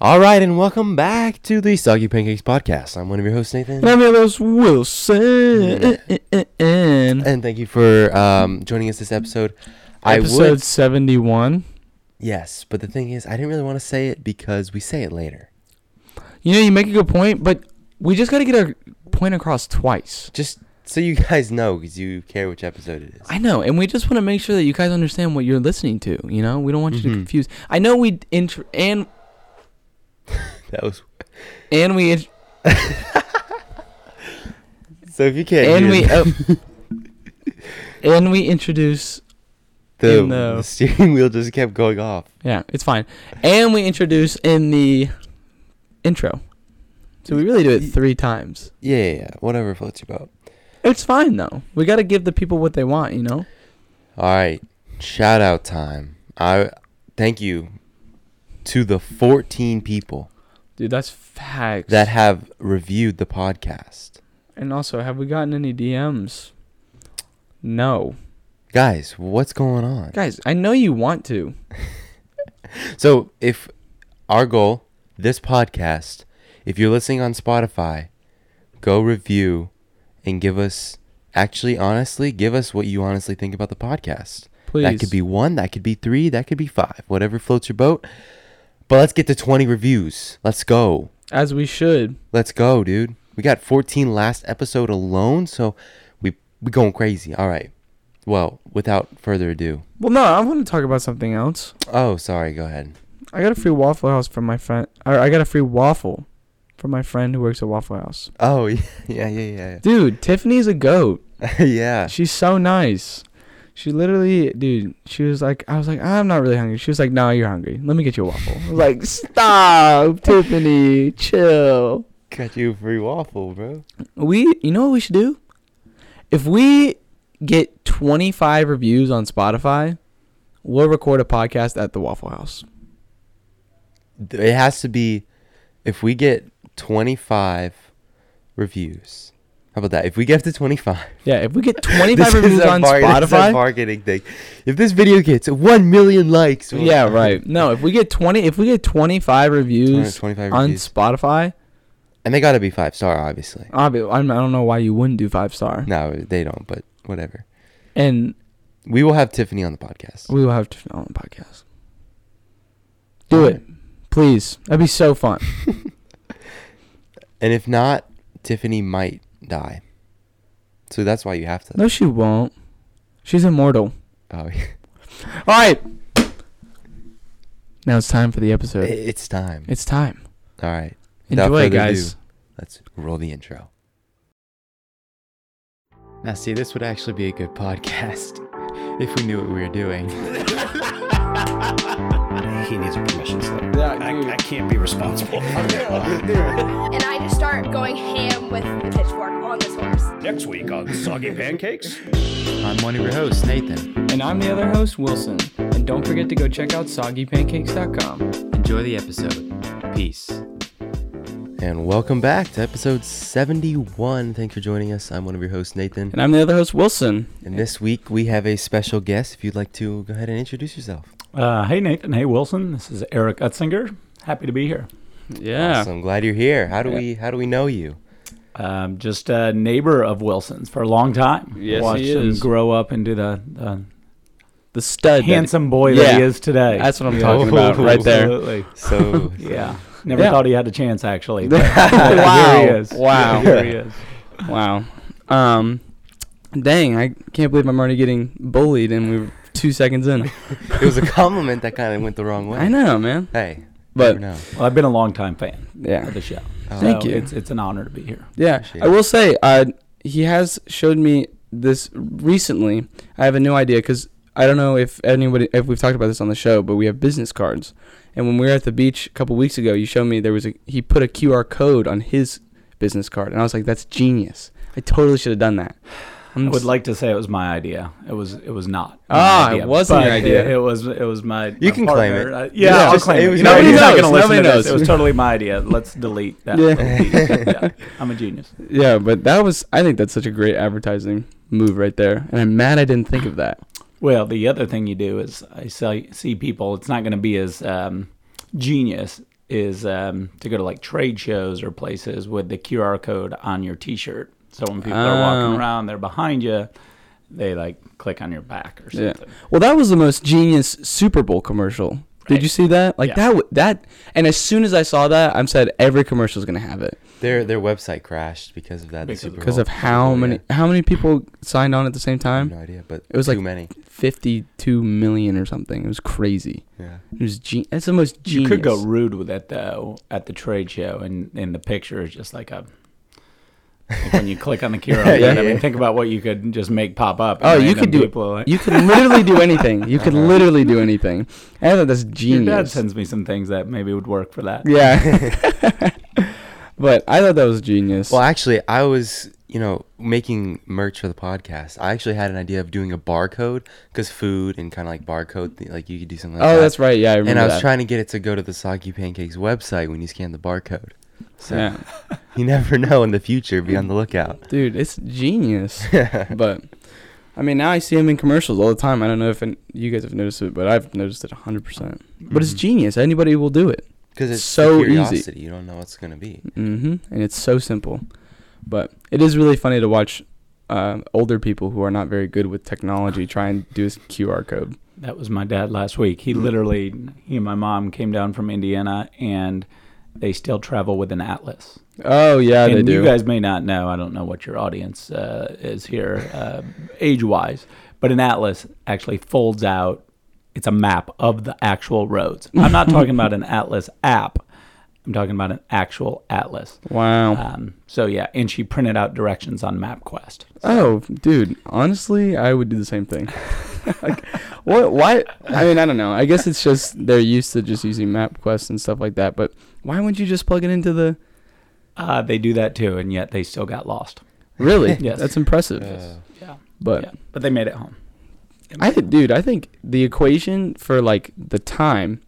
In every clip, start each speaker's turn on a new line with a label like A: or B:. A: All right, and welcome back to the Soggy Pancakes Podcast. I'm one of your hosts, Nathan.
B: And I'm your host, Wilson. And
A: And thank you for um, joining us this episode. I
B: Episode
A: would,
B: 71.
A: yes, but the thing is, I didn't really want to say it because we say it later.
B: You know, you make a good point, but we just got to get our point across twice.
A: Just so you guys know, because you care which episode it is.
B: I know, and we just want to make sure that you guys understand what you're listening to. You know, we don't want you
A: Mhm.
B: to confuse. I know we intro and
A: That was
B: and we int-
A: so. If you can't,
B: and
A: hear
B: we
A: the-
B: oh, and we introduce.
A: the,
B: in the-
A: the steering wheel just kept going off.
B: Yeah, it's fine. And we introduce in the intro. So we really do it three times.
A: Yeah, yeah, yeah. Whatever floats your boat.
B: It's fine though. We got to give the people what they want, you know.
A: All right, shout out time. I thank you to the 14 people
B: Dude, that's facts.
A: that have reviewed the podcast.
B: and also, have we gotten any DMs? No.
A: Guys, what's going on?
B: Guys, I know you want to.
A: So, if our goal, this podcast, if you're listening on Spotify, go review and give us actually honestly give us what you honestly think about the podcast.
B: Please.
A: That could be 1, that could be 3, that could be 5, whatever floats your boat. But let's get to 20 reviews. Let's go.
B: as we should.
A: Let's go, dude. We got 14 last episode alone, so we we going crazy. All right. Well, without further ado.
B: Well, no, I want to talk about something else.
A: Oh, sorry. Go ahead.
B: I got a free Waffle House from my friend. Or I got a free waffle from my friend who works at Waffle House.
A: Oh yeah, yeah, yeah,
B: Dude, Tiffany's a goat.
A: yeah. yeah.
B: She's so nice. She literally, dude, she was like, I was like, I'm not really hungry. She was like, No, you're hungry. Let me get you a waffle. I was like, Stop, Tiffany, chill.
A: Got you a free waffle, bro.
B: We, you know what we should do? If we get 25 reviews on Spotify, we'll record a podcast at the Waffle House.
A: It has to be if we get 25 reviews. How about that? If we get to 25.
B: Yeah, if we get
A: This
B: 25
A: is
B: reviews
A: a
B: on
A: bar- this is a
B: Spotify,
A: marketing thing. If this video gets 1 million likes. we'll-
B: yeah, right. No, if we get 20, if we get 25 reviews
A: 25
B: on
A: reviews.
B: Spotify,
A: And they got to be 5 star obviously.
B: obvi- I'm- I don't know why you wouldn't do five star.
A: No, they don't, but whatever.
B: And
A: We will have Tiffany on the podcast.
B: we will have to on the podcast. Do it, please. That'd be so fun.
A: And if not, Tiffany might die. So that's why you have to.
B: No, she won't. She's immortal.
A: Oh,
B: All right. Now it's time for the episode.
A: it's time.
B: It's time.
A: All right. Without
B: Enjoy,
A: further
B: guys.
A: ado, let's roll the intro. Now, see, this would actually be a good podcast if we knew what we were doing.
C: He needs a permission slip.
B: Yeah,
C: I, I can't be responsible.
D: And I just start going ham with the pitchfork on this horse.
C: Next week on Soggy Pancakes.
A: I'm one of your hosts, Nathan.
B: And I'm the other host, Wilson. And don't forget to go check out soggypancakes.com.
A: Enjoy the episode. Peace. And welcome back to episode 71. Thanks for joining us. I'm one of your hosts, Nathan.
B: And I'm the other host, Wilson.
A: And this week we have a special guest. If you'd like to go ahead and introduce yourself.
E: Uh, hey Nathan, hey Wilson. This is Eric Utzinger. Happy to be here.
B: Yeah.
A: So I'm glad you're here. How do we how do we know you?
E: Um, just a neighbor of Wilson's for a long time.
B: Yes, he
E: Watched him
B: is.
E: grow up into the, the
B: The stud. that-
E: handsome boy that he
B: Yeah.
E: is today.
B: That's what I'm
E: Yeah.
B: talking about right there.
E: Absolutely.
A: So
E: Yeah. Never
B: Yeah.
E: thought he had a chance actually.
B: wow.
E: Here he is.
B: Wow.
E: Here he is.
B: Wow. Um, dang, I can't believe I'm already getting bullied and we were two seconds in.
A: it was a compliment that kind of went the wrong way.
B: I know, man.
A: Hey,
B: But
A: no.
E: Well, I've been a long time fan
B: yeah.
E: of the show. So
A: Um,
B: Thank you.
E: It's it's an honor to be here.
B: Yeah,
A: Appreciate
B: I
A: it.
B: will say, uh, he has showed me this recently. I have a new idea because I don't know if anybody, if we've talked about this on the show, but we have business cards. And when we were at the beach a couple weeks ago, you showed me there was a he put a QR code on his business card, and I was like, that's genius. I totally should have done that.
E: I
B: I'm
E: would
B: s-
E: like to say it was my idea. It was. It was not. my
B: Ah, it
E: idea,
B: wasn't your
E: but
B: idea.
E: It, it was. It was my.
A: You
E: my
A: can claim
E: partner.
A: it.
E: I- yeah,
B: Yeah,
E: I'll
A: just-
E: claim
A: it
E: it.
A: was
E: You know,
A: nobody
E: he's not
B: knows.
E: gonna listen
B: Nobody
E: to
B: knows.
E: this. It was totally my idea. Let's delete that.
B: Yeah.
E: Yeah. I'm a genius.
B: yeah, but that was I think that's such a great advertising move right there, and I'm mad I didn't think of that.
E: Well, the other thing you do is I see, see people. It's not going to be as um, genius is um, to go to like trade shows or places with the QR code on your T-shirt. So when people are
B: Oh.
E: walking around, they're behind you. They like click on your back or
B: Yeah.
E: something.
B: Well, that was the most genius Super Bowl commercial. Did
E: Right.
B: you see that? Like
E: Yeah.
B: that that. That. And as soon as I saw that, I'm said every commercial is gonna have it
A: Their their website crashed because of that. the
E: Because of-
A: Super
B: because
A: Bowl.
B: of how
A: Yeah.
B: many how many people signed on at the same
A: I
B: time.
A: have no idea, but
B: It was
A: too
B: like-
A: many.
B: 52 million or something. It was crazy.
A: Yeah.
B: It was gen- That's the most genius.
E: You could go rude with it though at the trade show, and in the picture is just like a. like when you click on the QR code,
A: Yeah,
E: I mean,
A: yeah.
E: think about what you could just make pop up.
B: Oh, you
E: Random
B: could do it.
E: people are like,
B: You could literally do anything. You could literally do anything. I thought that's
E: Your
B: genius.
E: dad sends me some things that maybe would work for that.
B: yeah. but I thought that was genius.
A: Well, actually, I was, you know, making merch for the podcast. I actually had an idea of doing a barcode because food and kind of like barcode, thi- like you could do something like
B: oh,
A: that.
B: that's right. Yeah, I remember
A: And I was
B: that.
A: trying to get it to go to the Soggy Pancakes website when you scan the barcode. So
B: Yeah.
A: you never know in the future. Be on the lookout.
B: Dude, it's genius. but I mean, now I see him in commercials all the time. I don't know if an- you guys have noticed it, but I've noticed it 100%. percent But
E: Mm-hmm.
B: it's genius. Anybody will do it.
A: Because it's so
B: So easy.
A: curiosity. You don't know what's going to be.
B: hmm And it's so simple. But it is really funny to watch uh, older people who are not very good with technology try and do this QR code.
E: That was my dad last week. He
B: Mm-hmm.
E: literally, he and my mom came down from Indiana, and they still travel with an atlas.
B: Oh, yeah,
E: and
B: they do.
E: you guys may not know. I don't know what your audience uh, is here, uh, age-wise, but an atlas actually folds out. It's a map of the actual roads. I'm not talking about an atlas app. I'm talking about an actual atlas.
B: wow.
E: Um, so yeah, and she printed out directions on MapQuest.
B: Oh, dude. Honestly, I would do the same thing. like, what? Why? I mean, I don't know. I guess it's just they're used to just using MapQuest and stuff like that. But why wouldn't you just plug it into the?
E: Uh, they do that too, and yet they still got lost.
B: Really?
E: Yes.
B: That's impressive.
A: Uh,
E: Yeah,
B: But
E: yeah. but they made it home.
B: I, thi- dude, I think the equation for like the time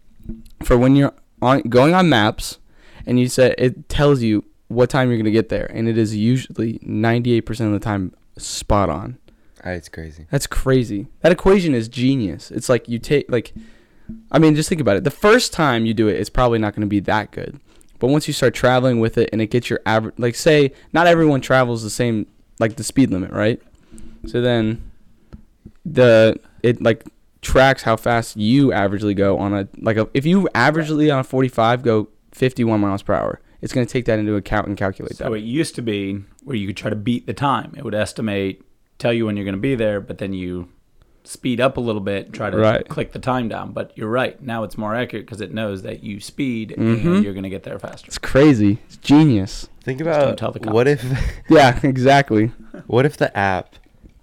B: for when you're on going on maps, and you say it tells you what time you're gonna get there, and it is usually 98% of the time spot on.
A: I- Ah, it's crazy.
B: That's crazy. That equation is genius. It's like you take like I mean, just think about it. The first time you do it, it's probably not going to be that good. But once you start traveling with it and it gets your average like say not everyone travels the same like the speed limit, right? So then the it like tracks how fast you averagely go on a like a, if you averagely on a 45 go 51 miles per hour, it's going to take that into account and calculate
E: So
B: that.
E: it used to be where you could try to beat the time. It would estimate, tell you when you're going to be there, but then you speed up a little bit, try to
B: Right.
E: click the time down. But you're right. Now it's more accurate because it knows that you speed and you're going to get there faster.
B: It's crazy. It's genius.
A: Think
E: Just don't
A: about
E: tell the cops.
A: what if,
B: Yeah, exactly.
A: what if the app,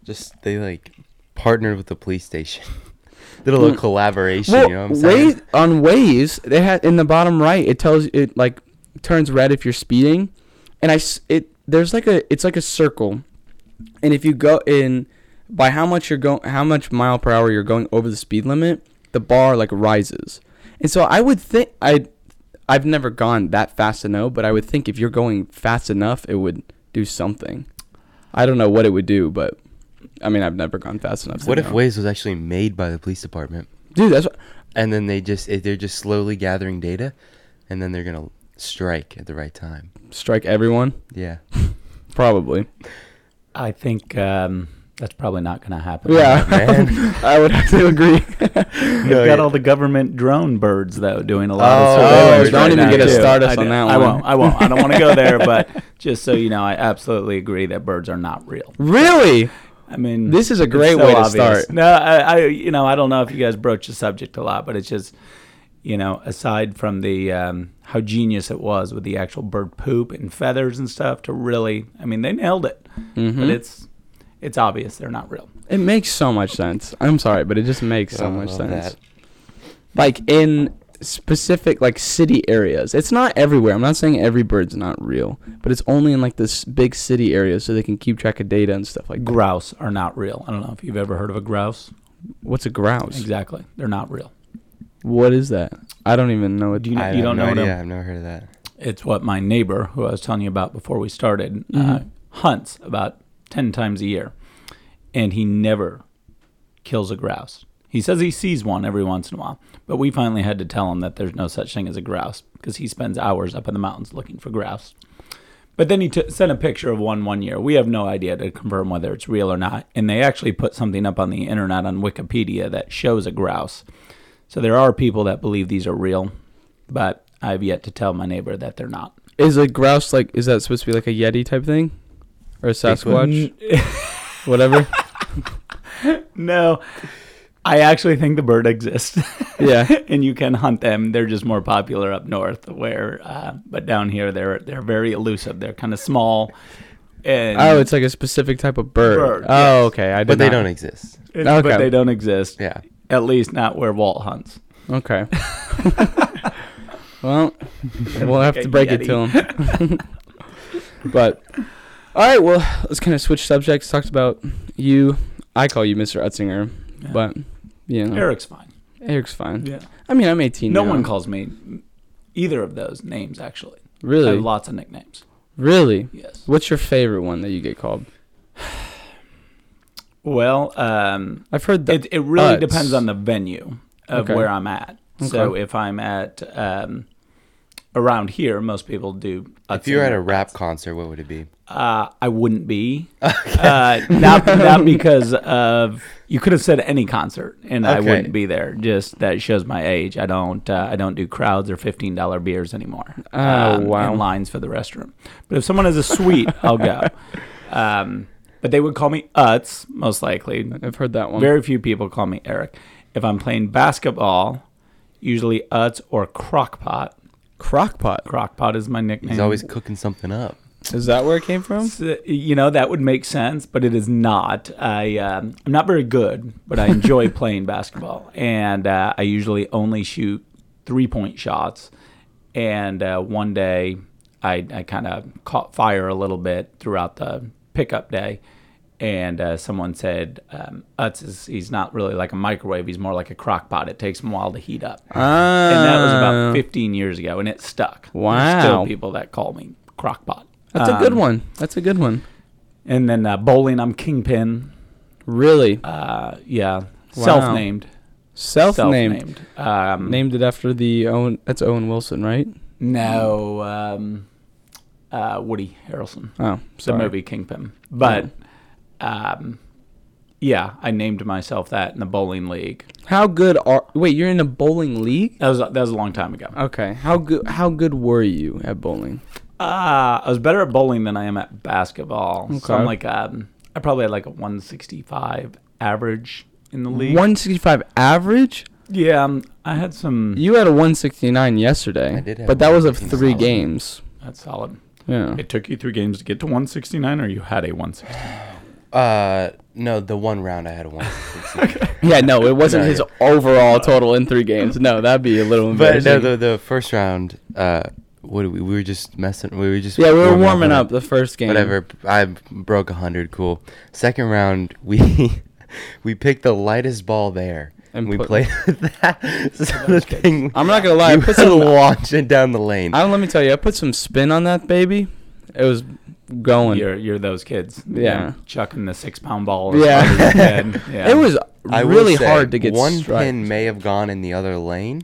A: just they like partnered with the police station, did a
E: Mm.
A: little collaboration. you know what I'm saying?
B: Waze- on Waze, they had in the bottom right. It tells it like turns red if you're speeding, and I s- it there's like a it's like a circle, and if you go in by how much you're going how much mile per hour you're going over the speed limit, the bar like rises, and so I would think I I've never gone that fast to know, but I would think if you're going fast enough, it would do something. I don't know what it would do, but I mean I've never gone fast enough. to
A: What if
B: know.
A: Waze was actually made by the police department,
B: dude? That's what,
A: and then they just eh, they're just slowly gathering data, and then they're gonna strike at the right time?
B: strike everyone.
A: Yeah,
B: Probably.
E: I think um, that's probably not going to happen.
B: Yeah,
A: man.
B: I would have to agree.
E: They've
A: No, yeah.
E: got all the government drone birds, though, doing a lot
A: Oh,
E: of surveillance.
A: don't
E: right
A: even
E: now,
A: get us
E: too.
B: started
E: I
B: on
E: do-
B: that
E: I
B: one.
E: won't. I won't. I don't want to go there, but just so you know, I absolutely agree that birds are not real.
B: really?
E: I mean,
B: This is a
E: it's
B: great way to start.
E: No, I, I, you know, I don't know if you guys broach the subject a lot, but it's just, you know, aside from the um, how genius it was with the actual bird poop and feathers and stuff, to really, I mean, they nailed it.
B: Mm-hmm.
E: But it's, it's obvious they're not real.
B: It makes so much sense. I'm sorry, but it just makes so
A: I
B: much
A: love
B: sense.
A: that.
B: Like in specific like city areas. It's not everywhere. I'm not saying every bird's not real, but it's only in like this big city area so they can keep track of data and stuff like that.
E: Grouse are not real. I don't know if you've ever heard of a grouse.
B: What's a grouse?
E: Exactly, they're not real.
B: What is that? I don't even know what
E: Do you know?
A: I
E: you
A: have
E: don't
A: no
E: know
A: idea.
E: what a
A: I've never heard of that.
E: it's what my neighbor, who I was telling you about before we started, uh, hunts about 10 times a year. And he never kills a grouse. He says he sees one every once in a while, but we finally had to tell him that there's no such thing as a grouse because he spends hours up in the mountains looking for grouse. But then he t- sent a picture of one one year. We have no idea to confirm whether it's real or not. And they actually put something up on the internet on Wikipedia that shows a grouse. So there are people that believe these are real, but I've yet to tell my neighbor that they're not.
B: Is a grouse like? Is that supposed to be like a yeti type thing, or a Sasquatch, whatever?
E: No, I actually think the bird exists.
B: Yeah.
E: and you can hunt them. They're just more popular up north, where uh, but down here they're they're very elusive. They're kind of small. And
B: Oh, it's like a specific type of bird.
E: Bird,
B: oh,
E: yes.
B: okay. I did
A: but they
B: not-
A: don't exist.
E: and-
B: okay.
E: but they don't exist.
A: Yeah.
E: At least not where Walt hunts.
B: Okay. well, we'll have to break it to him. but all right, well, let's kind of switch subjects. Talked about you. I call you Mr. Utzinger,
E: Yeah.
B: but you know,
E: Eric's fine.
B: Eric's fine.
E: Yeah.
B: I mean, I'm 18.
E: No
B: now.
E: one calls me either of those names. Actually, I
B: really,
E: have lots of nicknames.
B: really.
E: Yes.
B: What's your favorite one that you get called?
E: Well, um,
B: I've heard that.
E: It, it really
B: Uts.
E: depends on the venue of
B: Okay.
E: where I'm at. So if I'm at um, around here, most people do.
A: If you were at a rap concert, what would it be?
E: uh, I wouldn't be. Uh, not not because of you could have said any concert and I
A: Okay.
E: wouldn't be there. Just that shows my age. I don't uh, I don't do crowds or fifteen dollar beers anymore.
B: Oh, wow.
E: And lines for the restroom. But if someone has a suite, I'll go. Um, but they would call me Uts most likely.
B: I've heard that one.
E: Very few people call me Eric. If I'm playing basketball, usually Uts or Crockpot.
B: Crockpot.
E: Crockpot is my nickname.
A: He's always cooking something up.
B: Is that where it came from?
E: So, you know that would make sense, but it is not. I um, I'm not very good, but I enjoy playing basketball, and uh, I usually only shoot three point shots. And uh, one day, I I kind of caught fire a little bit throughout the pickup day, and uh, someone said, um, "Utz is he's not really like a microwave; he's more like a crock pot. It takes him a while to heat up." and that was about 15 years ago, and it stuck. There's
B: Uh. Wow.
E: still people that call me crock pot.
B: That's a
E: um,
B: good one. That's a good one.
E: And then uh, bowling, I'm Kingpin.
B: Really,
E: Uh, yeah, self-named.
B: self-named.
E: Self-named. Um,
B: named it after the Owen. That's Owen Wilson, right?
E: no, um, uh, Woody Harrelson.
B: Oh,
E: the
B: sorry.
E: movie Kingpin. But um, yeah, I named myself that in the bowling league.
B: How good are? Wait, you're in a bowling league?
E: That was that was a long time ago.
B: Okay. How good? How good were you at bowling?
E: Uh, I was better at bowling than I am at basketball. So
B: Okay.
E: I'm like um, I probably had like a 165 average in the league.
B: 165 average.
E: Yeah, um, I had some.
B: You had a 169 yesterday.
A: I did have
B: but that was of
A: 169.
B: three games.
E: That's solid.
B: Yeah.
E: It took you three games to get to 169, or you had a 169.
A: Uh, no, the one round I had one.
B: Yeah. No, it wasn't
A: No,
B: his overall total in three games. No, that'd be a little
A: but no,
B: embarrassing.
A: the the first round. Uh, what did we we were just messing. We were just
B: yeah, we were warming up the first game.
A: Whatever. I broke a hundred. Cool. Second round, we we picked the lightest ball there.
B: And
A: And we
B: put-
A: played with that. So the thing,
B: I'm not gonna lie. I
A: you put
B: put some.
A: launching down the lane.
B: I don't, let me tell you. I put some spin on that baby. It was going.
E: You're you're those kids.
B: Yeah.
E: You're chucking the six pound ball.
B: Yeah.
E: as hard as you can. yeah.
B: It was
A: I will
B: really
A: say,
B: hard to get
A: one
B: strike.
A: pin may have gone in the other lane.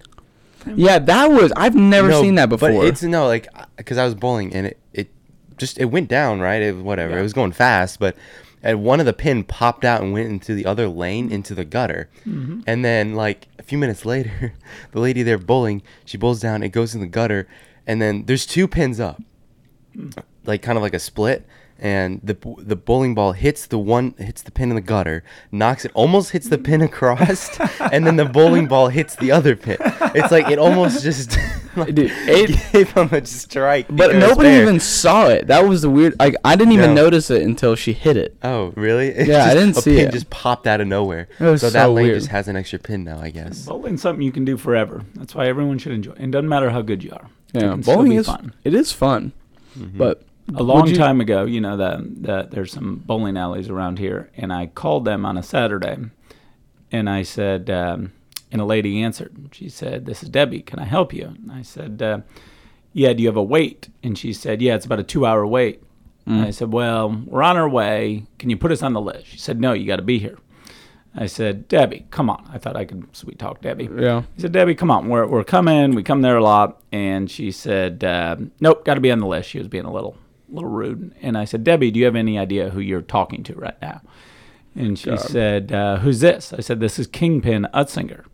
B: Yeah, that was. I've never
A: No,
B: seen that before.
A: But it's no like because I was bowling and it, it just it went down right. It whatever it was going fast, but and one of the pin popped out and went into the other lane into the gutter,
B: Mm-hmm.
A: and then like a few minutes later, the lady there bowling she bowls down it goes in the gutter, and then there's two pins up, like kind of like a split. And the the bowling ball hits the one hits the pin in the gutter, knocks it, almost hits the pin across, and then the bowling ball hits the other pin. It's like it almost just like,
B: Dude, it-
A: gave him a strike.
B: but
A: It was
B: nobody
A: fair.
B: even saw it. That was the weird. Like I didn't even
A: No.
B: notice it until she hit it.
A: Oh really? It
B: Yeah, I
A: just-
B: didn't
A: a
B: see
A: pin
B: it.
A: Just popped out of nowhere.
B: It was
A: so that
B: so
A: lane
B: weird.
A: just has an extra pin now, I guess.
E: bowling's something you can do forever. That's why everyone should enjoy. it. And doesn't matter how good you are. It
B: Yeah,
E: can still
B: bowling
E: be
B: is
E: fun.
B: it is fun,
A: Mm-hmm.
B: but
E: A long
B: you-
E: time ago, you know that that there's some bowling alleys around here, and I called them on a Saturday, and I said, um, and a lady answered. She said, "This is Debbie. Can I help you?" And I said, uh, "Yeah. Do you have a wait?" And she said, "Yeah. It's about a two-hour wait." And I said, "Well, we're on our way. Can you put us on the list?" She said, "No. You got to be here." I said, Debbie, come on. I thought I could sweet talk Debbie.
B: Yeah.
E: He said, Debbie, come on. We're, we're coming. We come there a lot. And she said, um, nope, got to be on the list. She was being a little, little rude. And I said, Debbie, do you have any idea who you're talking to right now? And she said, uh, who's this? I said, this is Kingpin Utzinger.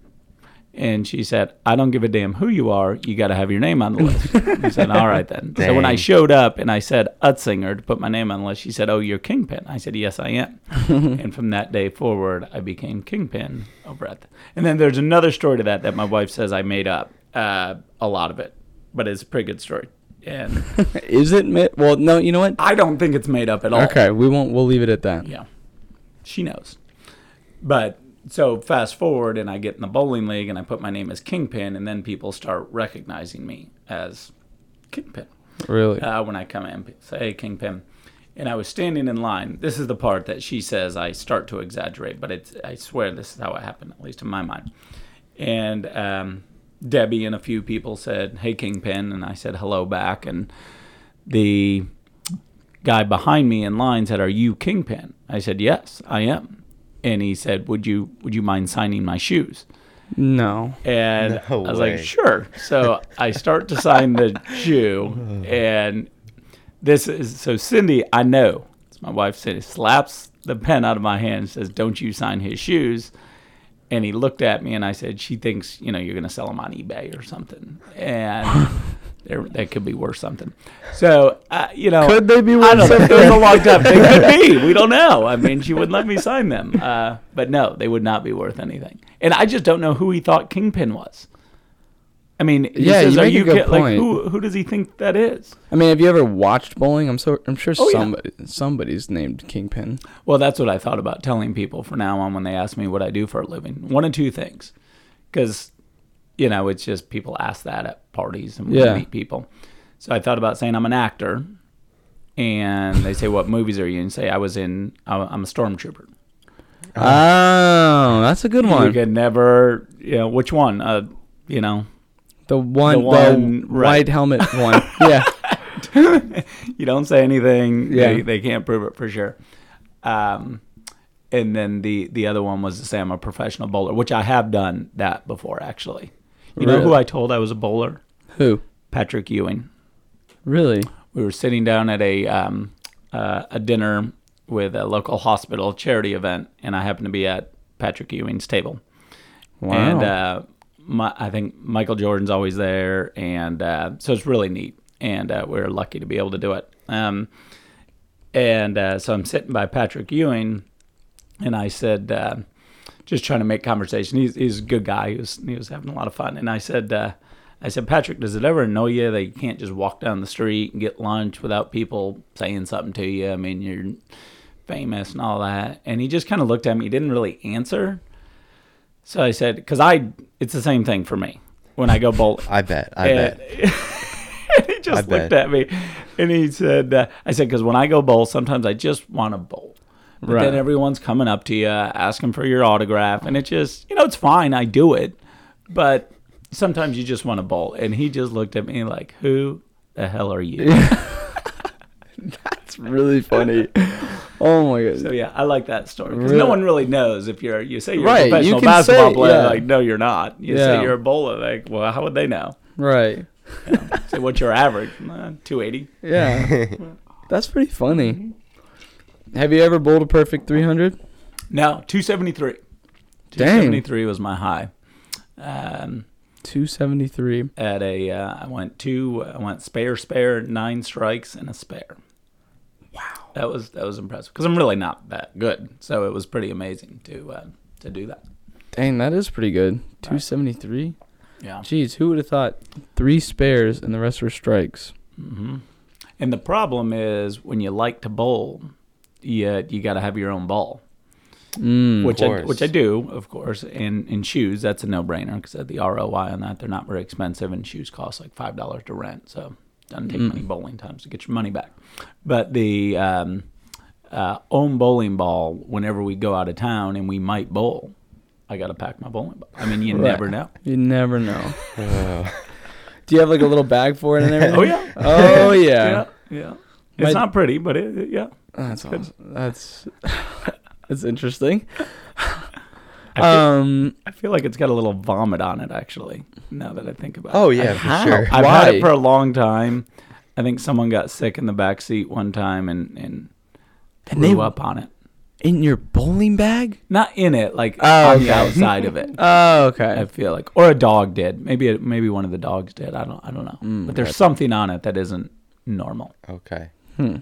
E: And she said, I don't give a damn who you are. You got to have your name on the list. I said, all right then. So when I
A: Dang.
E: showed up and I said Utzinger to put my name on the list, she said, oh, you're Kingpin. I said, yes, I am. and from that day forward, I became Kingpin over at the, And then there's another story to that that my wife says I made up, uh, a lot of it, but it's a pretty good story. And
B: Is it? Mi- well, no. You know what?
E: I don't think it's made up at all.
B: Okay, we won't. We'll leave it at that.
E: Yeah. She knows. But so fast forward and I get in the bowling league and I put my name as Kingpin and then people start recognizing me as Kingpin.
B: Really.
E: Uh, when I come in, people say, hey, Kingpin. And I was standing in line. This is the part that she says I start to exaggerate, but it's, I swear this is how it happened, at least in my mind. And um, Debbie and a few people said, hey, Kingpin. And I said hello back. And the guy behind me in line said, "Are you Kingpin?" I said, "Yes, I am." And he said, "Would you would you mind signing my shoes?"
B: no.
E: And
A: No
E: I was
A: way.
E: like, "Sure." So I start to sign the shoe, and this is so Cindy. I know it's my wife. Cindy slaps the pen out of my hand and says, "Don't you sign his shoes?" And he looked at me, and I said, "She thinks you know you're going to sell them on eBay or something." And there, that could be worth something. So uh, you know,
B: Could they be
E: I
B: worth
E: don't know. It was
B: something?
E: a long time. They could be. We don't know. I mean, she wouldn't let me sign them. Uh, but no, they would not be worth anything. And I just don't know who he thought Kingpin was. I mean, he
B: Yeah,
E: says,
B: you
E: "Are
B: make a
E: you
B: good
E: ki-" like
B: point.
E: who? Who does he think that is?
B: I mean, have you ever watched bowling? I'm so. I'm sure
E: Oh, yeah.
B: somebody somebody's named Kingpin.
E: Well, that's what I thought about telling people from now on when they ask me what I do for a living. One of two things, because you know it's just people ask that at parties and we
B: Yeah.
E: meet people. So I thought about saying I'm an actor, and they say, "What movies are you?" in?" And say, "I was in. I- I'm a stormtrooper."
B: Oh, that's a good
E: You
B: one.
E: could never, you know, which one? Uh, you know,
B: The one, the,
E: one, right.
B: white helmet one. yeah.
E: you don't say anything.
B: Yeah.
E: They, they can't prove it for sure. Um, and then the the other one was to say I'm a professional bowler, which I have done that before actually. You know who
B: Really?
E: I told I was a bowler?
B: Who?
E: Patrick Ewing.
B: Really?
E: We were sitting down at a um, uh, a dinner with a local hospital charity event, and I happened to be at Patrick Ewing's table.
B: Wow.
E: And uh, my, I think Michael Jordan's always there, and uh, so it's really neat. And uh, we're lucky to be able to do it. Um, and uh, so I'm sitting by Patrick Ewing, and I said, uh, just trying to make conversation. He's, he's a good guy. He was he was having a lot of fun. And I said, uh, I said, Patrick, does it ever annoy you that you can't just walk down the street and get lunch without people saying something to you? I mean, you're famous and all that. And he just kind of looked at me. He didn't really answer. So I said, because I, it's the same thing for me when I go bowling.
A: I bet. I
E: And-
A: bet.
E: he just
A: I
E: looked
A: bet.
E: at me and he said, uh, I said, because when I go bowl, sometimes I just want to bowl. But
B: Right.
E: then everyone's coming up to you, asking for your autograph. And it just, you know, it's fine. I do it. But sometimes you just want to bowl. And he just looked at me like, who the hell are you?
B: That's really funny. Oh my god.
E: so, yeah, I like that story. Because no
B: Really?
E: one really knows if you're, you say you're
B: Right,
E: a
B: you
E: professional
B: can
E: basketball
B: say-
E: player.
B: yeah.
E: Like, no, you're not. You say
B: Yeah.
E: you're a bowler. Like, well, how would they know?
B: Right.
E: Say, what's your average? Uh, 280.
B: Yeah. That's pretty funny.
E: Mm-hmm.
B: Have you ever bowled a perfect 300?
E: No, 273.
B: Dang.
E: 273 was my high. Um,
B: 273.
E: at a, uh, I went two, I went spare, spare, nine strikes and a spare. Wow, that was that was impressive because I'm really not that good, so it was pretty amazing to uh, to do that.
B: Dang, that is pretty good. 273.
E: Yeah,
B: Jeez, who would have thought three spares and the rest were strikes?
E: and the problem is when you like to bowl, you you got to have your own ball.
B: Mm.
E: which I,
A: course.
E: which I do, of course. And in shoes, that's a no-brainer because the ROI on that they're not very expensive, and shoes cost like five dollars to rent, so doesn't take many bowling times to get your money back. But the um, uh, own bowling ball, whenever we go out of town and we might bowl, I gotta pack my bowling ball. I mean, you never know.
B: You never know.
A: Oh.
B: Do you have like a little bag for it and everything?
E: Oh yeah,
B: Oh yeah.
E: yeah, yeah. It's
B: My-
E: not pretty, but it, it- yeah.
B: That's awesome. That's that's interesting.
E: I feel,
B: Um,
E: I feel like it's got a little vomit on it, actually, now that I think about
A: Oh,
E: it.
A: yeah,
E: I-
A: for sure.
E: I've had
B: Why?
E: it for a long time. I think someone got sick in the back seat one time and, and,
B: And
E: threw
B: they-
E: up on it.
B: in your bowling bag?
E: Not in it, like
B: Oh,
E: on
B: okay.
E: the outside of it.
B: Oh,
E: I
B: okay.
E: feel like, or a dog did. Maybe it, maybe one of the dogs did. I don't I don't know.
B: Mm,
E: but there's something on it that isn't normal.
A: Okay.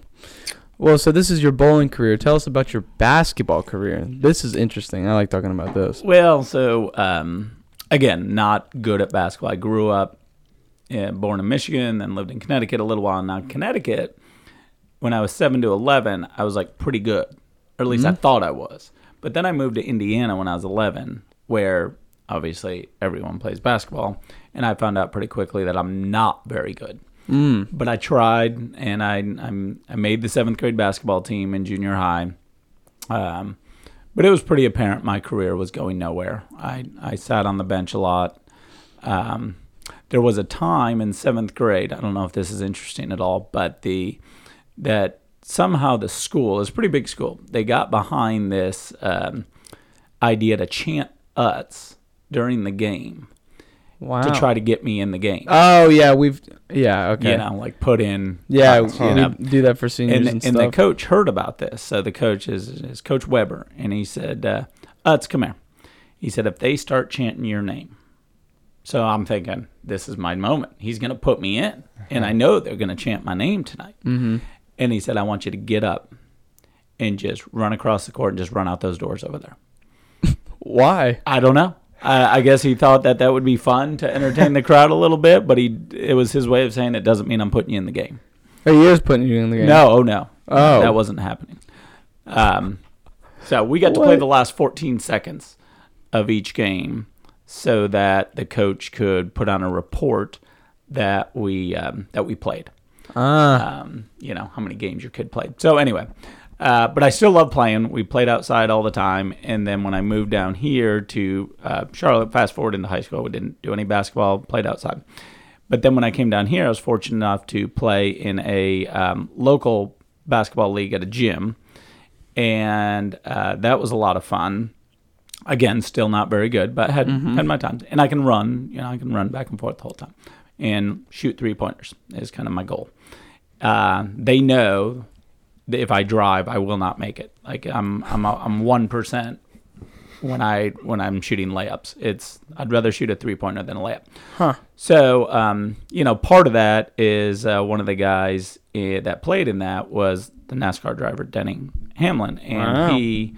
B: Well, so this is your bowling career. Tell us about your basketball career. This is interesting. I like talking about this.
E: Well, so um, again, not good at basketball. I grew up, uh, born in Michigan, then lived in Connecticut a little while. Now, Connecticut, when I was seven to eleven, I was like pretty good, or at least I thought I was. But then I moved to Indiana when I was eleven, where obviously everyone plays basketball, and I found out pretty quickly that I'm not very good. Mm. But I tried, and I I'm, I made the seventh grade basketball team in junior high. Um, but it was pretty apparent my career was going nowhere. I, I sat on the bench a lot. Um, there was a time in seventh grade. I don't know if this is interesting at all, but the that somehow the school is a pretty big school. They got behind this um, idea to chant "uts" during the game
B: Wow.
E: to try to get me in the game.
B: Oh yeah, we've yeah okay.
E: You know, like put in
B: Yeah,
E: "uts," you know?
B: we do that for seniors and,
E: and, and
B: stuff.
E: the coach heard about this. So the coach is, is Coach Weber, and he said, uh, "Utz, come here." He said, "If they start chanting your name," so I'm thinking, "This is my moment. He's going to put me in, and I know they're going to chant my name tonight." Mm-hmm. And he said, "I want you to get up and just run across the court and just run out those doors over there."
B: Why?
E: I don't know. I, I guess he thought that that would be fun to entertain the crowd a little bit, but he it was his way of saying it doesn't mean I'm putting you in the game.
B: Oh, he is putting you in the game.
E: No, oh no.
B: Oh.
E: That wasn't happening. Um, so we got to play
B: What?
E: the last 14 seconds of each game so that the coach could put on a report that we um, that we played.
B: Ah,
E: Um, you know, how many games your kid played. So anyway, uh, but I still love playing. We played outside all the time. And then when I moved down here to uh, Charlotte, fast forward into high school, we didn't do any basketball, played outside. But then when I came down here, I was fortunate enough to play in a um, local basketball league at a gym. And uh, that was a lot of fun. Again, still not very good, but had had my times, and I can run. You know, I can run back and forth the whole time, and shoot three pointers is kind of my goal. Uh, they know that if I drive, I will not make it. Like I'm, I'm, a, I'm one percent when I when I'm shooting layups. It's I'd rather shoot a three pointer than a layup.
B: Huh.
E: So um, you know, part of that is uh, one of the guys eh, that played in that was the NASCAR driver Denning Hamlin, and
B: Wow.
E: he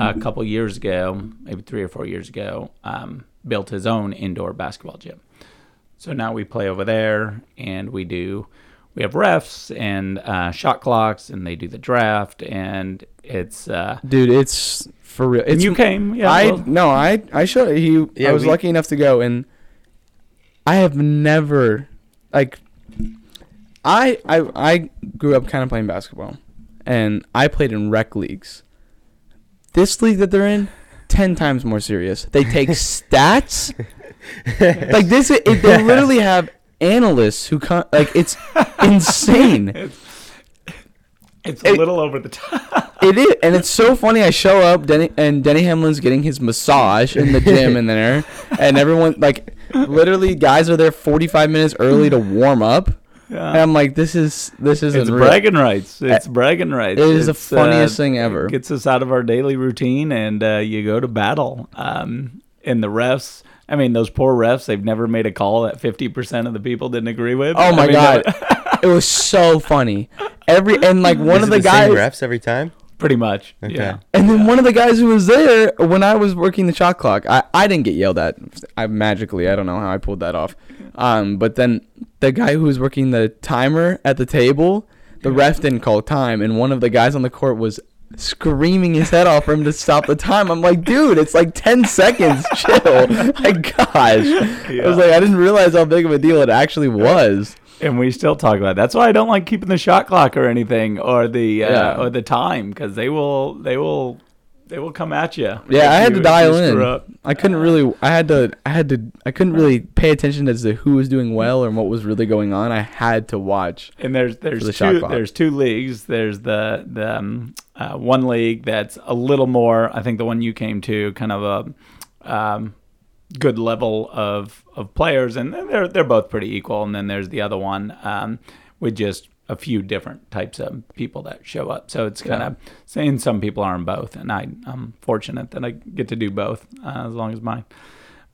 E: a couple years ago, maybe three or four years ago, um, built his own indoor basketball gym. So now we play over there, and we do. We have refs and uh, shot clocks, and they do the draft, and it's uh,
B: dude, it's for real. It's
E: and you came, yeah.
B: I
E: well,
B: no, I I showed he.
A: Yeah,
B: I was
A: we-
B: lucky enough to go, and I have never like. I I I grew up kind of playing basketball, and I played in rec leagues. This league that they're in, ten times more serious. They take stats. like this, it, they literally have analysts who come. Like it's insane.
E: it's a
B: it-
E: little over the top.
B: It is, and it's so funny. I show up, Denny, and Denny Hamlin's getting his massage in the gym in there, and everyone like, literally, guys are there 45 minutes early to warm up, and I'm like, this is this isn't
E: It's
B: real.
E: bragging rights. It's bragging rights.
B: it is the
E: It's, uh,
B: funniest thing ever.
E: It gets us out of our daily routine, and uh, you go to battle. Um, and the refs. I mean, those poor refs. They've never made a call that fifty percent of the people didn't agree with.
B: Oh
E: I
B: my
E: mean,
B: god,
E: that-
B: it was so funny. Every and like one
A: Is
B: of
A: it
B: the, guys,
A: same refs every time?
E: Pretty much. Yeah.
B: and then one of the guys who was there when I was working the shot clock, I, I didn't get yelled at. I magically, I don't know how I pulled that off. Um, but then the guy who was working the timer at the table, the ref didn't call time, and one of the guys on the court was screaming his head off for him to stop the time. I'm like, dude, it's like 10 seconds. Chill. My gosh. I was like, I didn't realize how big of a deal it actually was.
E: And we still talk about it. that's why I don't like keeping the shot clock or anything or the uh,
B: Yeah.
E: or the time because they will they will They will come at you.
B: Yeah, I had to dial in.
E: Up.
B: I couldn't really. I had to. I had to. I couldn't really pay attention as to who was doing well and what was really going on. I had to watch.
E: And there's
B: For
E: there's
B: the shot
E: two
B: clock.
E: there's two leagues. There's the the um, uh, one league that's a little more. I think the one you came to, kind of a um, good level of of players, and they're they're both pretty equal. And then there's the other one um, with just a few different types of people that show up. So it's kind of saying some people are in both, and I I'm fortunate that I get to do both uh, as long as my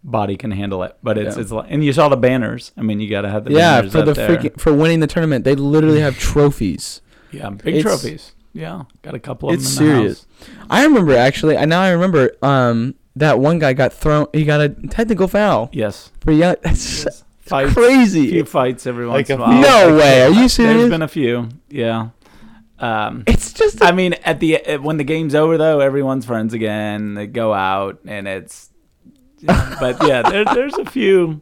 E: body can handle it. But it's
B: Yeah.
E: it's like, and you saw the banners. I mean, you got to have the
B: yeah,
E: banners
B: for
E: up
B: the
E: there.
B: freaking for winning the tournament, they literally have trophies.
E: Yeah, big
B: Um, It's-
E: trophies. Yeah, got a couple of
B: It's
E: them. in the
B: serious. I remember actually. I now I remember. Um, that one guy got thrown. He got a technical foul
E: house. Yes.
B: for young. That's
E: yes. Fights,
B: crazy.
E: few fights every once
A: a
E: in a while.
A: few.
B: no way. Are you
E: There's
B: serious?
E: been a few. Yeah. Um,
B: it's just.
E: I mean, at the eh, when the game's over though, everyone's friends again. They go out and it's. but yeah, there, there's a few.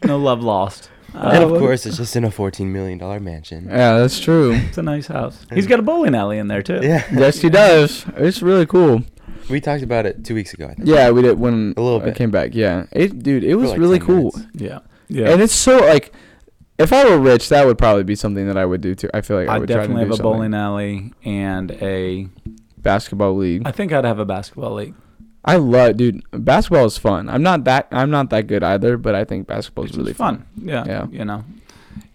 E: There's no love lost.
A: And
E: Uh,
A: of course, it's just in a fourteen million dollar mansion.
B: yeah, that's true.
E: it's a nice house. He's got a bowling alley in there too.
A: Yeah,
B: yes, he does. It's really cool.
A: we talked about it two weeks ago. I think.
B: Yeah, we did when
A: A little
B: I
A: bit.
B: came back. Yeah, it, dude, it was
A: like
B: really
A: 10
B: cool.
A: minutes.
E: Yeah. Yeah.
B: And it's so like, if I were rich, that would probably be something that I would do too. I feel like I,
E: I
B: would
E: definitely
B: try to
E: have
B: do
E: a
B: something.
E: bowling alley and a.
B: basketball league.
E: I think I'd have a basketball league.
B: I love, dude. Basketball is fun. I'm not that I'm not that good either, but I think basketball is
E: It's
B: really fun.
E: fun. Yeah,
B: Yeah.
E: you know,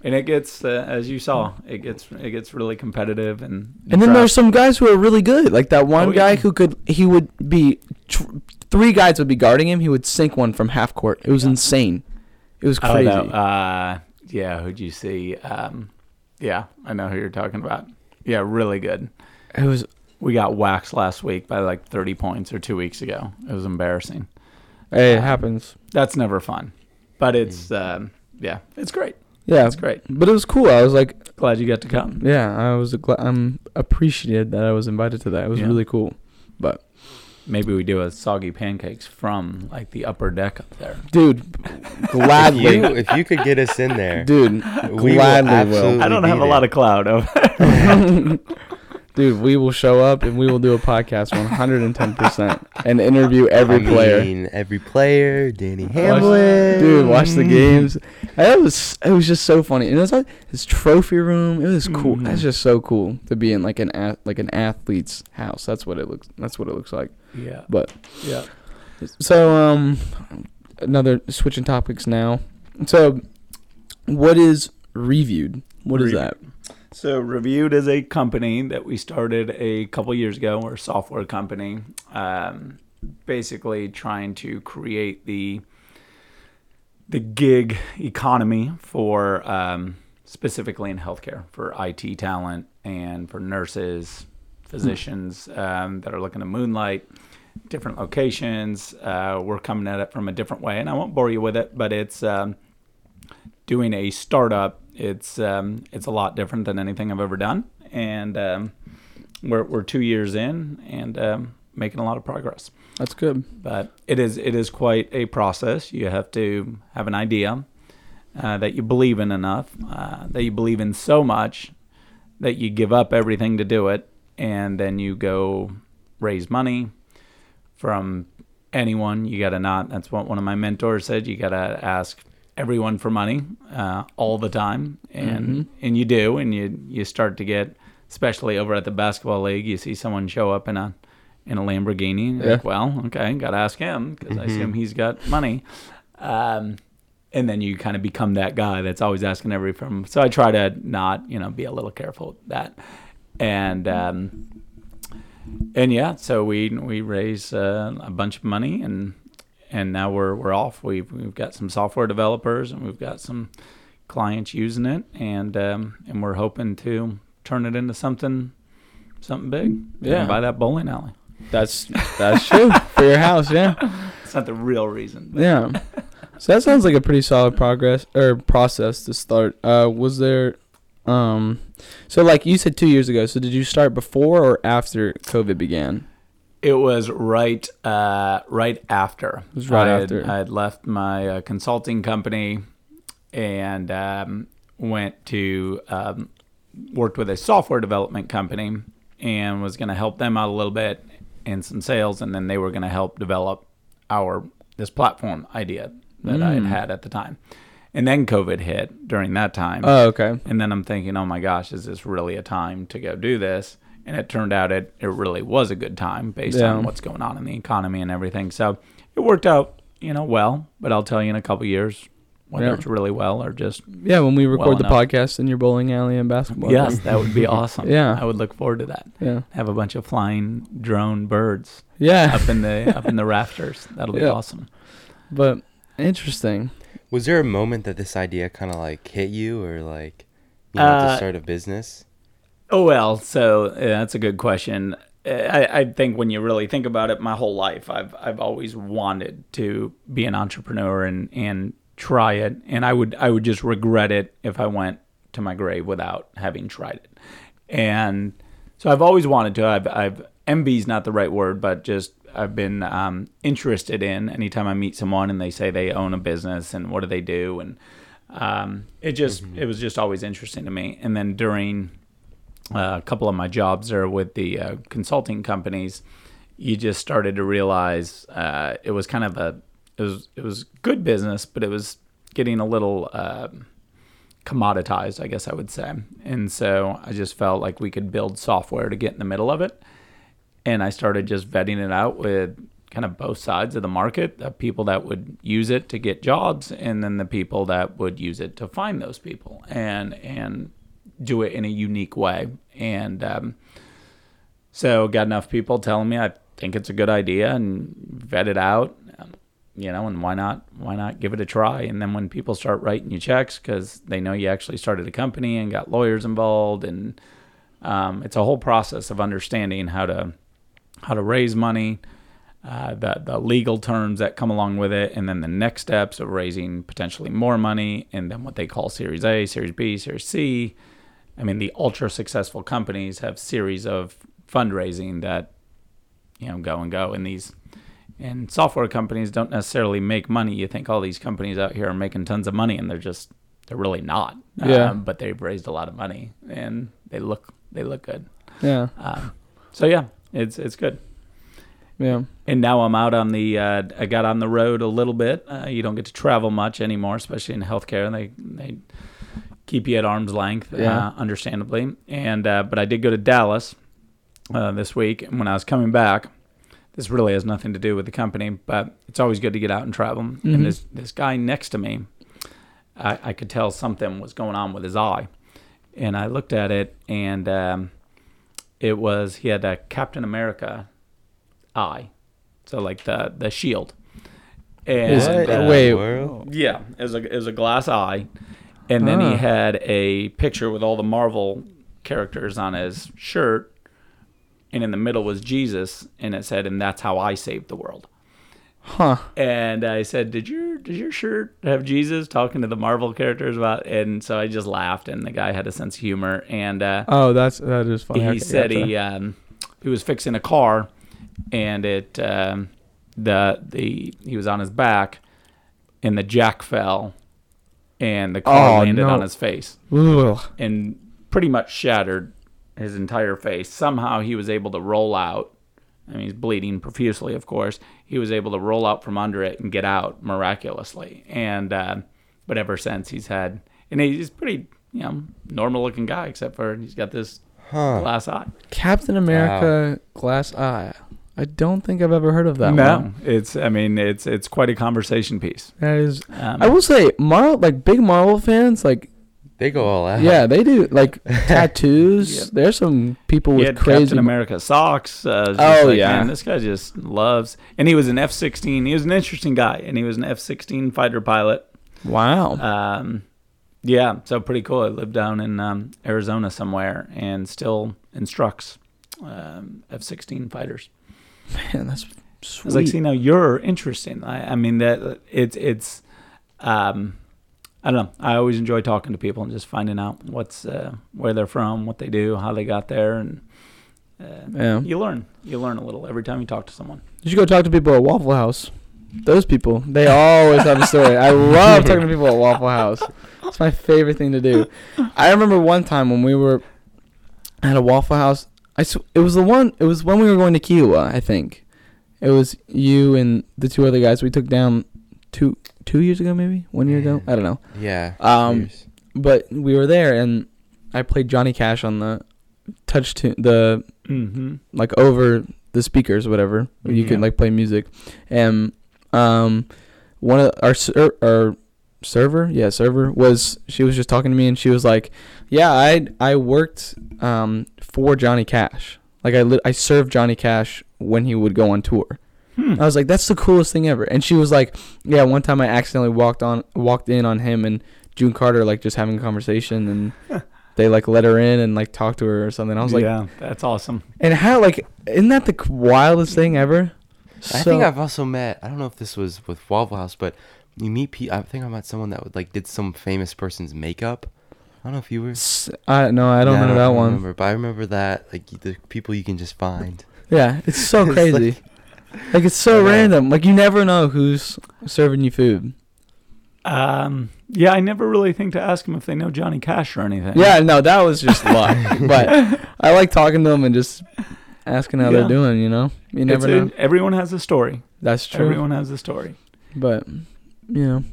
E: and it gets uh, as you saw, it gets it gets really competitive and
B: And then there's some guys who are really good. Like that one
E: Oh,
B: guy
E: yeah.
B: who could he would be tr- three guys would be guarding him. He would sink one from half court. It was insane. It was
E: oh,
B: crazy.
E: no, uh, yeah, who'd you see? Um, yeah, I know who you're talking about. Yeah, really good.
B: It was
E: We got waxed last week by like 30 points or two weeks ago. It was embarrassing.
B: hey, it happens.
E: That's never fun, but
B: Hmm.
E: it's um, yeah, it's great.
B: Yeah,
E: It's great.
B: but it was cool. I was like,
E: Glad you got to come.
B: Yeah, I was gla- I'm appreciated that I was invited to that. It was
E: Yeah.
B: really cool. But
E: Maybe we do a soggy pancakes from like the upper deck up there.
B: dude,
A: If you,
B: gladly,
A: if you could get us in there,
B: dude,
A: we
B: gladly will.
A: absolutely
E: I don't
A: be
E: have a
A: there.
E: lot of cloud over.
B: dude, we will show up and we will do a podcast 110 percent and interview every
A: I
B: player.
A: mean, every player, Danny
E: Watch-
A: Hamlin.
B: Dude, watch the games. That was it was just so funny. And it was like his trophy room. It was cool.
A: Mm-hmm.
E: Mhm.
B: That's just so cool to be in like an ath- like an athlete's house. That's what it looks. That's what it looks like.
E: Yeah,
B: But
E: yeah.
B: So, um, another switching topics now. So, what is reviewed? What is
E: Reviewed.
B: that?
E: So Reviewed is a company that we started a couple years ago. We're a software company, um, basically trying to create the the gig economy for um, specifically in healthcare for IT talent and for nurses, physicians um, that are looking to moonlight different locations. Uh, we're coming at it from a different way, and I won't bore you with it, but it's um, doing a startup. It's um, it's a lot different than anything I've ever done, and um, we're we're two years in and um, making a lot of progress
B: That's good.
E: but it is it is quite a process. You have to have an idea uh, that you believe in enough, uh, that you believe in so much that you give up everything to do it, and then you go raise money from anyone. You got to not. That's what one of my mentors said. You got to ask everyone for money uh, all the time, and and you do, and you you start to get. Especially over at the basketball league, you see someone show up in a in a Lamborghini. and you're Like,
B: Yeah.
E: well, okay, got to ask him because I assume he's got money. Um, and then you kind of become that guy that's always asking every from. So I try to not, you know, be a little careful with that. And um, and yeah, so we we raise uh, a bunch of money and and now we're we're off. We've we've got some software developers and we've got some clients using it and um, and we're hoping to turn it into something something big.
B: Yeah.
E: and buy that bowling alley.
B: That's that's true for your house. Yeah,
E: It's not the real reason. but-
B: yeah. So that sounds like a pretty solid progress or process to start. Uh, was there, um, so like you said two years ago. So did you start before or after COVID began?
E: It was right, uh, right after. It
B: was right
E: I
B: after.
E: Had, I had left my uh, consulting company and um, went to um, worked with a software development company and was going to help them out a little bit. and some sales, and then they were going to help develop our this platform idea that I
B: Mm.
E: had had at the time. And then COVID hit during that time.
B: Oh, okay.
E: And then I'm thinking, oh my gosh, is this really a time to go do this? And it turned out it, it really was a good time based
B: Yeah.
E: on what's going on in the economy and everything. So it worked out, you know, well. But I'll tell you in a couple years whether
B: Yeah.
E: it's really well or just
B: Yeah, when we record
E: Well
B: the
E: enough.
B: podcast in your bowling alley and basketball.
E: yes, that would be awesome.
B: Yeah.
E: I would look forward to that.
B: Yeah.
E: Have a bunch of flying drone birds
B: Yeah.
E: up in the up in the rafters. That'll be
B: Yeah.
E: awesome.
B: But interesting.
A: Was there a moment that this idea kind of like hit you, or like you know, to
E: Uh,
A: start a business?
E: Oh well, so uh, that's a good question. Uh, I, I think when you really think about it, my whole life I've I've always wanted to be an entrepreneur and and try it, and I would I would just regret it if I went to my grave without having tried it, and so I've always wanted to. I've I've envy is not the right word, but just I've been um, interested in anytime I meet someone and they say they own a business and what do they do and um, it just it was just always interesting to me. And then during uh, a couple of my jobs are with the uh, consulting companies. You just started to realize uh, it was kind of a it was it was good business, but it was getting a little um commoditized, I guess I would say. And so I just felt like we could build software to get in the middle of it. And I started just vetting it out with kind of both sides of the market the people that would use it to get jobs, and then the people that would use it to find those people and, and do it in a unique way. And um, so got enough people telling me I think it's a good idea and vet it out. um, You know, and why not? Why not give it a try? And then when people start writing you checks because they know you actually started a company and got lawyers involved, and um, it's a whole process of understanding how to how to raise money, uh, the the legal terms that come along with it, and then the next steps of raising potentially more money, and then what they call Series A, Series B, Series C. I mean, the ultra successful companies have series of fundraising that you know go and go, and these and software companies don't necessarily make money. You think all these companies out here are making tons of money, and they're just they're really not.
B: Yeah.
E: Um, but they've raised a lot of money, and they look they look good.
B: Yeah.
E: Um, so yeah, it's it's good
B: Yeah.
E: and now I'm out on the. Uh, I got on the road a little bit. Uh, you don't get to travel much anymore, especially in healthcare. They they keep you at arm's length,
B: Yeah.
E: uh, understandably. And uh, but I did go to Dallas uh, this week, and when I was coming back, this really has nothing to do with the company, but it's always good to get out and travel. And this this guy next to me, I, I could tell something was going on with his eye, and I looked at it, and um, it was he had a Captain America eye, so like the the shield. And
B: Is-
A: What in
E: uh,
A: the
B: wait.
A: world?
E: yeah, it was a it was a glass eye, and then
B: Ah.
E: he had a picture with all the Marvel characters on his shirt, and in the middle was Jesus, and it said, "And that's how I saved the world."
B: Huh.
E: And I said, "Did your does your shirt have Jesus talking to the Marvel characters about?" And so I just laughed, and the guy had a sense of humor, and uh,
B: Oh, that's that is funny.
E: he
B: Okay,
E: said
B: gotcha.
E: he um, he was fixing a car, and it um, the the he was on his back, and the jack fell, and the car
B: Oh,
E: landed
B: no.
E: on his face uh,
B: Ugh.
E: and pretty much shattered his entire face. Somehow he was able to roll out. I mean, he's bleeding profusely, of course. He was able to roll out from under it and get out miraculously. And uh, but ever since he's had, and he's pretty, you know, normal-looking guy except for he's got this glass eye.
B: Captain America glass eye. I don't think I've ever heard of that one.
E: it's. I mean, it's it's quite a conversation piece.
B: That is
E: Um,
B: I will say Marvel like big Marvel fans like
A: They go all out.
B: Uh-huh. yeah, they do like tattoos.
E: Yeah.
B: There's some people
E: He
B: with
E: had
B: crazy
E: Captain America socks. Uh, it's just
B: Oh,
E: like,
B: yeah.
E: man, this guy just loves. And he was an F sixteen. He was an interesting guy, and he was an F sixteen fighter pilot.
B: Wow.
E: Um, yeah, so pretty cool. I lived down in um, Arizona somewhere, and still instructs um, F sixteen fighters.
B: Man, that's
E: I
B: sweet.
E: was like, see, now you're interesting. I, I mean, that it's it's. Um, I don't know. I always enjoy talking to people and just finding out what's uh, where they're from, what they do, how they got there, and uh,
B: yeah.
E: you learn. You learn a little every time you talk to someone.
B: You should go talk to people at Waffle House. Those people, they always have a story. I love talking to people at Waffle House. It's my favorite thing to do. I remember one time when we were at a Waffle House. I sw- it was the one. It was when we were going to Kiowa. I think it was you and the two other guys we took down two two years ago, maybe one year ago. I don't know.
A: Yeah.
B: Um,
A: years.
B: But we were there, and I played Johnny Cash on the touch to the
E: Mm-hmm.
B: like over the speakers or whatever. You
E: Yeah.
B: can like play music, and um, one of our ser- our server, yeah, server was she was just talking to me and she was like, "Yeah, I I worked um for Johnny Cash. Like I li- I served Johnny Cash when he would go on tour." I was like, "That's the coolest thing ever." And she was like, "Yeah, one time I accidentally walked on walked in on him and June Carter like just having a conversation and." They like let her in and like talked to her or something. I was like,
E: yeah, that's awesome.
B: and how like isn't that the c- wildest thing ever?
A: I think I've also met. I don't know if this was with Waffle House, but you meet. Pe- I think I met someone that would, like did some famous person's makeup. I don't know if you were.
B: S- I no, I don't
A: Yeah,
B: know that one.
A: Remember, but I remember that like the people you can just find.
B: Yeah, it's so
A: It's
B: crazy. Like, it's so
A: I know.
B: random. Like you never know who's serving you food.
E: Um, yeah, I never really think to ask them if they know Johnny Cash or anything.
B: Yeah, no, that was just luck. But I like talking to them and just asking how
E: Yeah.
B: they're doing. You know, you
E: It's
B: never
E: a-
B: know.
E: everyone has a story.
B: That's true.
E: Everyone has a story.
B: But you know.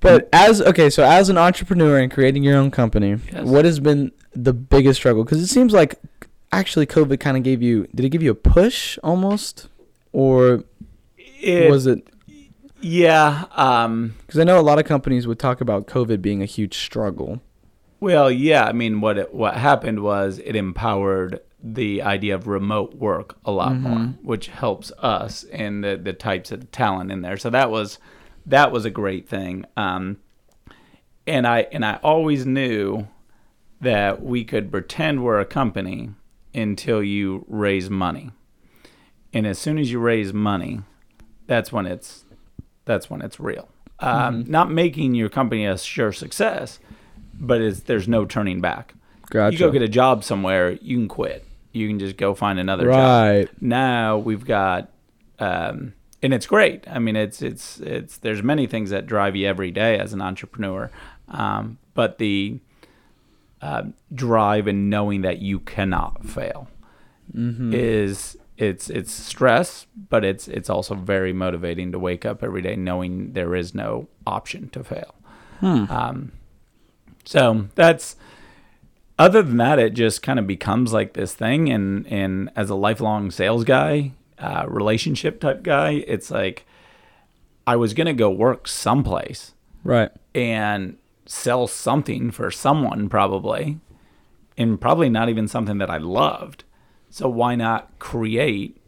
B: But as okay, so as an entrepreneur and creating your own company,
E: Yes.
B: what has been the biggest struggle? Because it seems like actually COVID kind of gave you did it give you a push almost, or
E: It,
B: was it?
E: yeah. Um,
B: Because I know a lot of companies would talk about COVID being a huge struggle.
E: Well, yeah, I mean, what it, what happened was it empowered the idea of remote work a lot more, which helps us and the the types of talent in there. So that was that was a great thing. Um, and I and I always knew that we could pretend we're a company until you raise money, and as soon as you raise money, that's when it's that's when it's real. Um, Not making your company a sure success, but it's, there's no turning back.
B: Gotcha.
E: You go get a job somewhere, you can quit. You can just go find another
B: Right.
E: job. Now we've got, um, and it's great. I mean, it's it's it's there's many things that drive you every day as an entrepreneur, um, but the um drive and knowing that you cannot fail is it's it's stress, but it's it's also very motivating to wake up every day knowing there is no option to fail. Um, so that's other than that, it just kind of becomes like this thing. And and as a lifelong sales guy, uh, relationship type guy, it's like I was gonna go work someplace
B: Right.
E: and sell something for someone probably and probably not even something that I loved. So why not create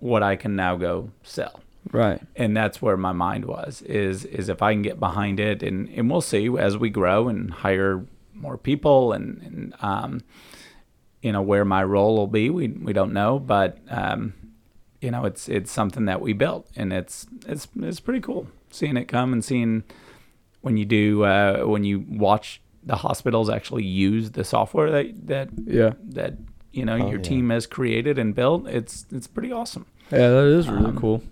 E: what I can now go sell?
B: Right.
E: And that's where my mind was is is if I can get behind it and, and we'll see as we grow and hire more people and, and um you know where my role will be we we don't know but um you know it's it's something that we built and it's it's it's pretty cool seeing it come and seeing when you do uh, when you watch the hospitals actually use the software that that
B: Yeah.
E: that you know your
A: yeah.
E: team has created and built it's it's pretty awesome
B: Yeah, that is really
E: Um,
B: cool.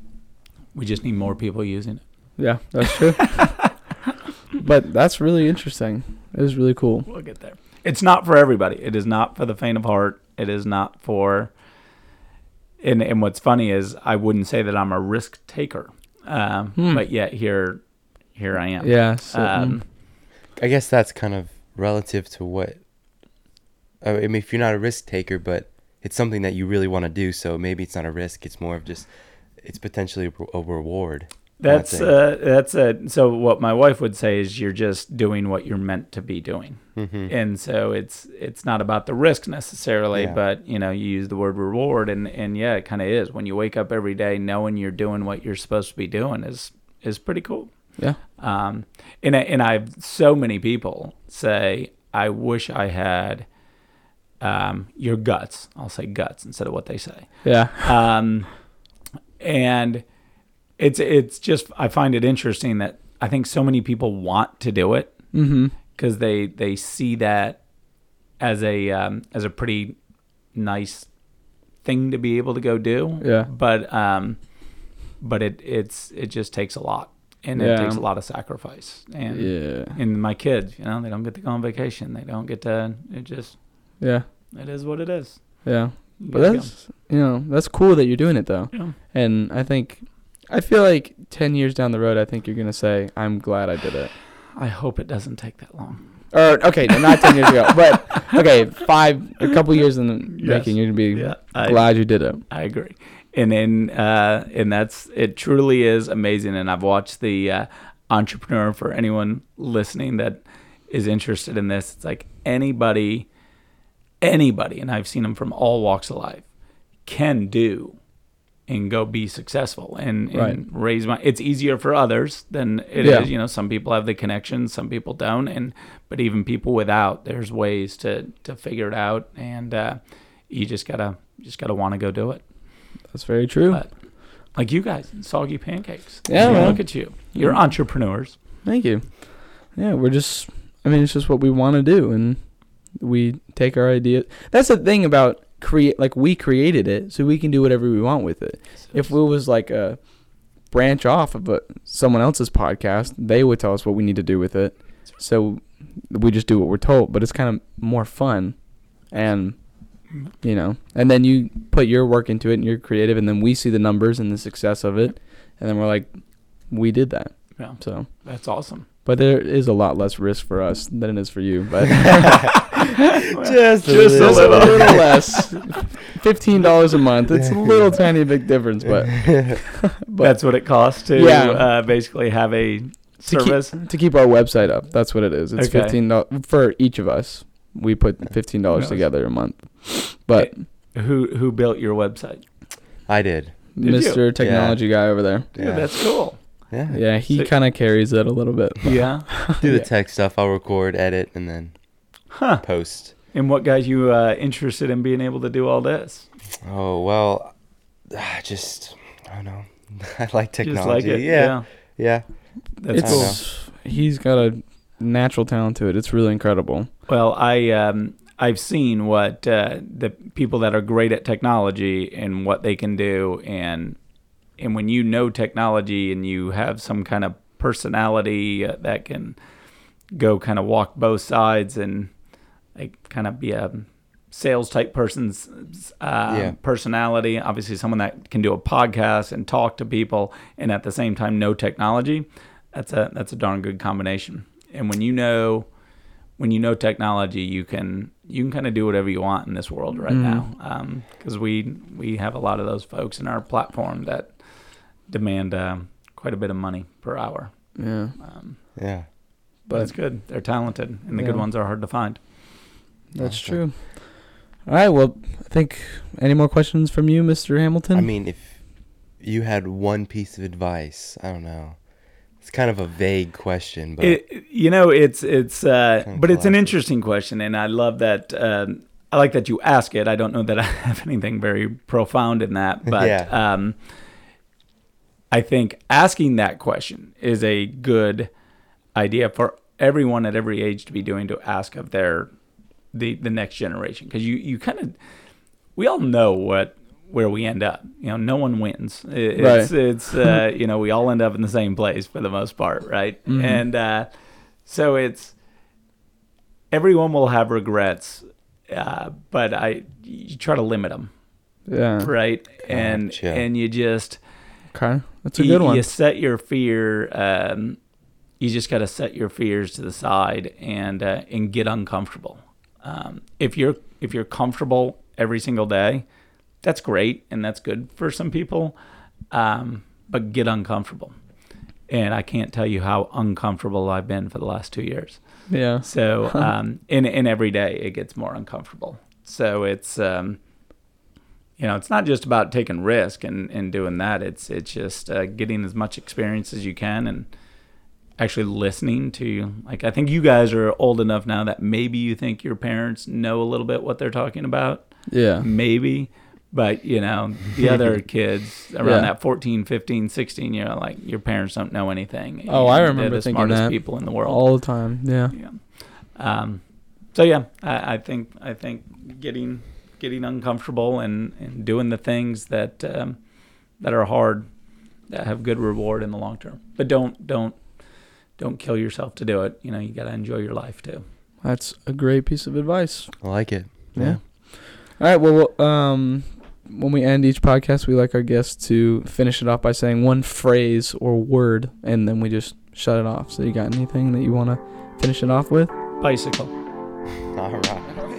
E: we just need more people using it
B: Yeah, that's true. but that's really interesting. It was really cool.
E: we'll get there it's not for everybody it is not for the faint of heart it is not for and and what's funny is i wouldn't say that i'm a risk taker um, but yet here here i am
B: Yeah. So, mm,
E: um,
A: I guess that's kind of relative to what. I mean, if you're not a risk taker, but it's something that you really want to do, so maybe it's not a risk. It's more of just, it's potentially a, re- a reward. kinda
E: That's
A: thing.
E: uh, that's a so what my wife would say is you're just doing what you're meant to be doing, and so it's it's not about the risk necessarily,
A: Yeah.
E: but you know you use the word reward, and and yeah, it kind of is when you wake up every day knowing you're doing what you're supposed to be doing is is pretty cool.
B: yeah.
E: Um, and I, and I've so many people say I wish I had um, your guts. I'll say guts instead of what they say
B: Yeah.
E: um, and it's it's just I find it interesting that I think so many people want to do it
B: Mm-hmm.
E: because they they see that as a um, as a pretty nice thing to be able to go do.
B: Yeah.
E: But um, but it it's it just takes a lot, and
B: Yeah.
E: it takes a lot of sacrifice. And
B: Yeah.
E: and my kids, you know, they don't get to go on vacation. They don't get to. It just
B: Yeah.
E: it is what it is.
B: Yeah.
E: You
B: But
E: gotta go.
B: that's you know that's cool that you're doing it though,
E: Yeah.
B: and I think I feel like ten years down the road, I think you're gonna say I'm glad I did it.
E: I hope it doesn't take that long.
B: Or okay, no, not ten years ago, but okay, five a couple years in the making, you're gonna be
E: I,
B: glad you did it.
E: I agree. And then, uh, and that's it. Truly is amazing. And I've watched the uh, entrepreneur for anyone listening that is interested in this. It's like anybody, anybody, and I've seen them from all walks of life, can do and go be successful and, and
B: Right.
E: raise my it's easier for others than it is.
B: Yeah.
E: you know some people have the connections some people don't and but even people without there's ways to to figure it out and uh you just gotta you just gotta want to go do it
B: That's very true.
E: But- like you guys soggy pancakes
B: Yeah,
E: You know,
B: man.
E: look at you you're entrepreneurs
B: Thank you. Yeah, we're just. I mean, it's just what we want to do, and we take our ideas. That's the thing about create. Like we created it, so we can do whatever we want with it. If we was like a branch off of a, someone else's podcast, they would tell us what we need to do with it. So we just do what we're told. But it's kind of more fun, and you know, and then you put your work into it, and you're creative, and then we see the numbers and the success of it, and then we're like, we did that.
E: yeah
B: So.
E: that's awesome
B: But there is a lot less risk for us than it is for you. But
A: Just,
B: just a little, less. Fifteen dollars a month. It's a little tiny big difference, but But-
E: that's what it costs to
B: Yeah.
E: uh, basically have a service
B: to keep, to keep our website up. That's what it is. It's
E: Okay.
B: fifteen dollars for each of us. We put fifteen dollars
E: Nice.
B: together a month. But
E: who who built your website
A: I did.
E: Did you?
B: Mr. Technology guy over there,
E: Dude,
A: Yeah.
E: that's cool
A: Yeah.
B: yeah, he
E: So-
B: kind of carries it a little bit.
E: yeah
A: Do the
B: Yeah.
A: tech stuff. I'll record, edit, and then
E: huh
A: post.
E: And what got you uh, interested in being able to do all this?
A: Oh well, I just I don't know. I like technology.
E: Just like it.
A: Yeah, yeah.
E: That's
A: I
E: cool.
A: know.
B: It's he's got a natural talent to it. It's really incredible.
E: Well, I um, I've seen what uh, the people that are great at technology and what they can do, and and when you know technology and you have some kind of personality uh, that can go kind of walk both sides and like kind of be a sales type person's uh,
A: Yeah.
E: personality. Obviously, someone that can do a podcast and talk to people, and at the same time know technology. That's a that's a darn good combination. And when you know when you know technology, you can you can kind of do whatever you want in this world right now. Because we we have a lot of those folks in our platform that demand um, quite a bit of money per hour.
B: Yeah,
E: Um,
A: Yeah.
E: but it's good. They're talented, and the good
B: Yeah.
E: ones are hard to find.
B: that's
A: Awesome.
B: true. All right. Well, I think any more questions from you, Mr. Hamilton?
A: I mean, if you had one piece of advice, I don't know. It's kind of a vague question, but
E: It, you know, it's it's, uh,
A: Kinda
E: but it's an
A: classic.
E: interesting question, and I love that. Um, I like that you ask it. I don't know that I have anything very profound in that, but
A: Yeah.
E: um, I think asking that question is a good idea for everyone at every age to be doing to ask of their the the next generation because you you kind of we all know what where we end up. You know, no one wins. It- It's
B: Right.
E: it's uh, you know we all end up in the same place for the most part, right? And uh, so it's everyone will have regrets, uh, but I you try to limit them,
B: yeah.
E: right? And
A: Gotcha.
E: and you just
B: Okay, that's a
E: you,
B: good one.
E: You set your fear. Um, you just got to set your fears to the side and uh, and get uncomfortable. Um, if you're if you're comfortable every single day, that's great and that's good for some people. Um, but get uncomfortable. And I can't tell you how uncomfortable I've been for the last two years.
B: Yeah.
E: So um, in in every day it gets more uncomfortable. So it's um, you know it's not just about taking risk and, and doing that. It's it's just uh, getting as much experience as you can and actually listening to like I think you guys are old enough now that maybe you think your parents know a little bit what they're talking about
B: Yeah.
E: maybe but you know the other kids around
B: Yeah.
E: that 14 15 16 year old like your parents don't know anything
B: Oh, I
E: and
B: remember
E: they're the
B: thinking
E: smartest
B: that
E: people in the world
B: All the time. Yeah.
E: yeah. Um, so yeah, I, I think I think getting getting uncomfortable and, and doing the things that um, that are hard that have good reward in the long term, but don't don't don't kill yourself to do it. You know, you got to enjoy your life too.
B: That's a great piece of advice.
A: I like it.
B: Yeah. All right. Well, we'll, um, when we end each podcast, we like our guests to finish it off by saying one phrase or word, and then we just shut it off. So, you got anything that you want to finish it off with?
E: Bicycle.
A: All right.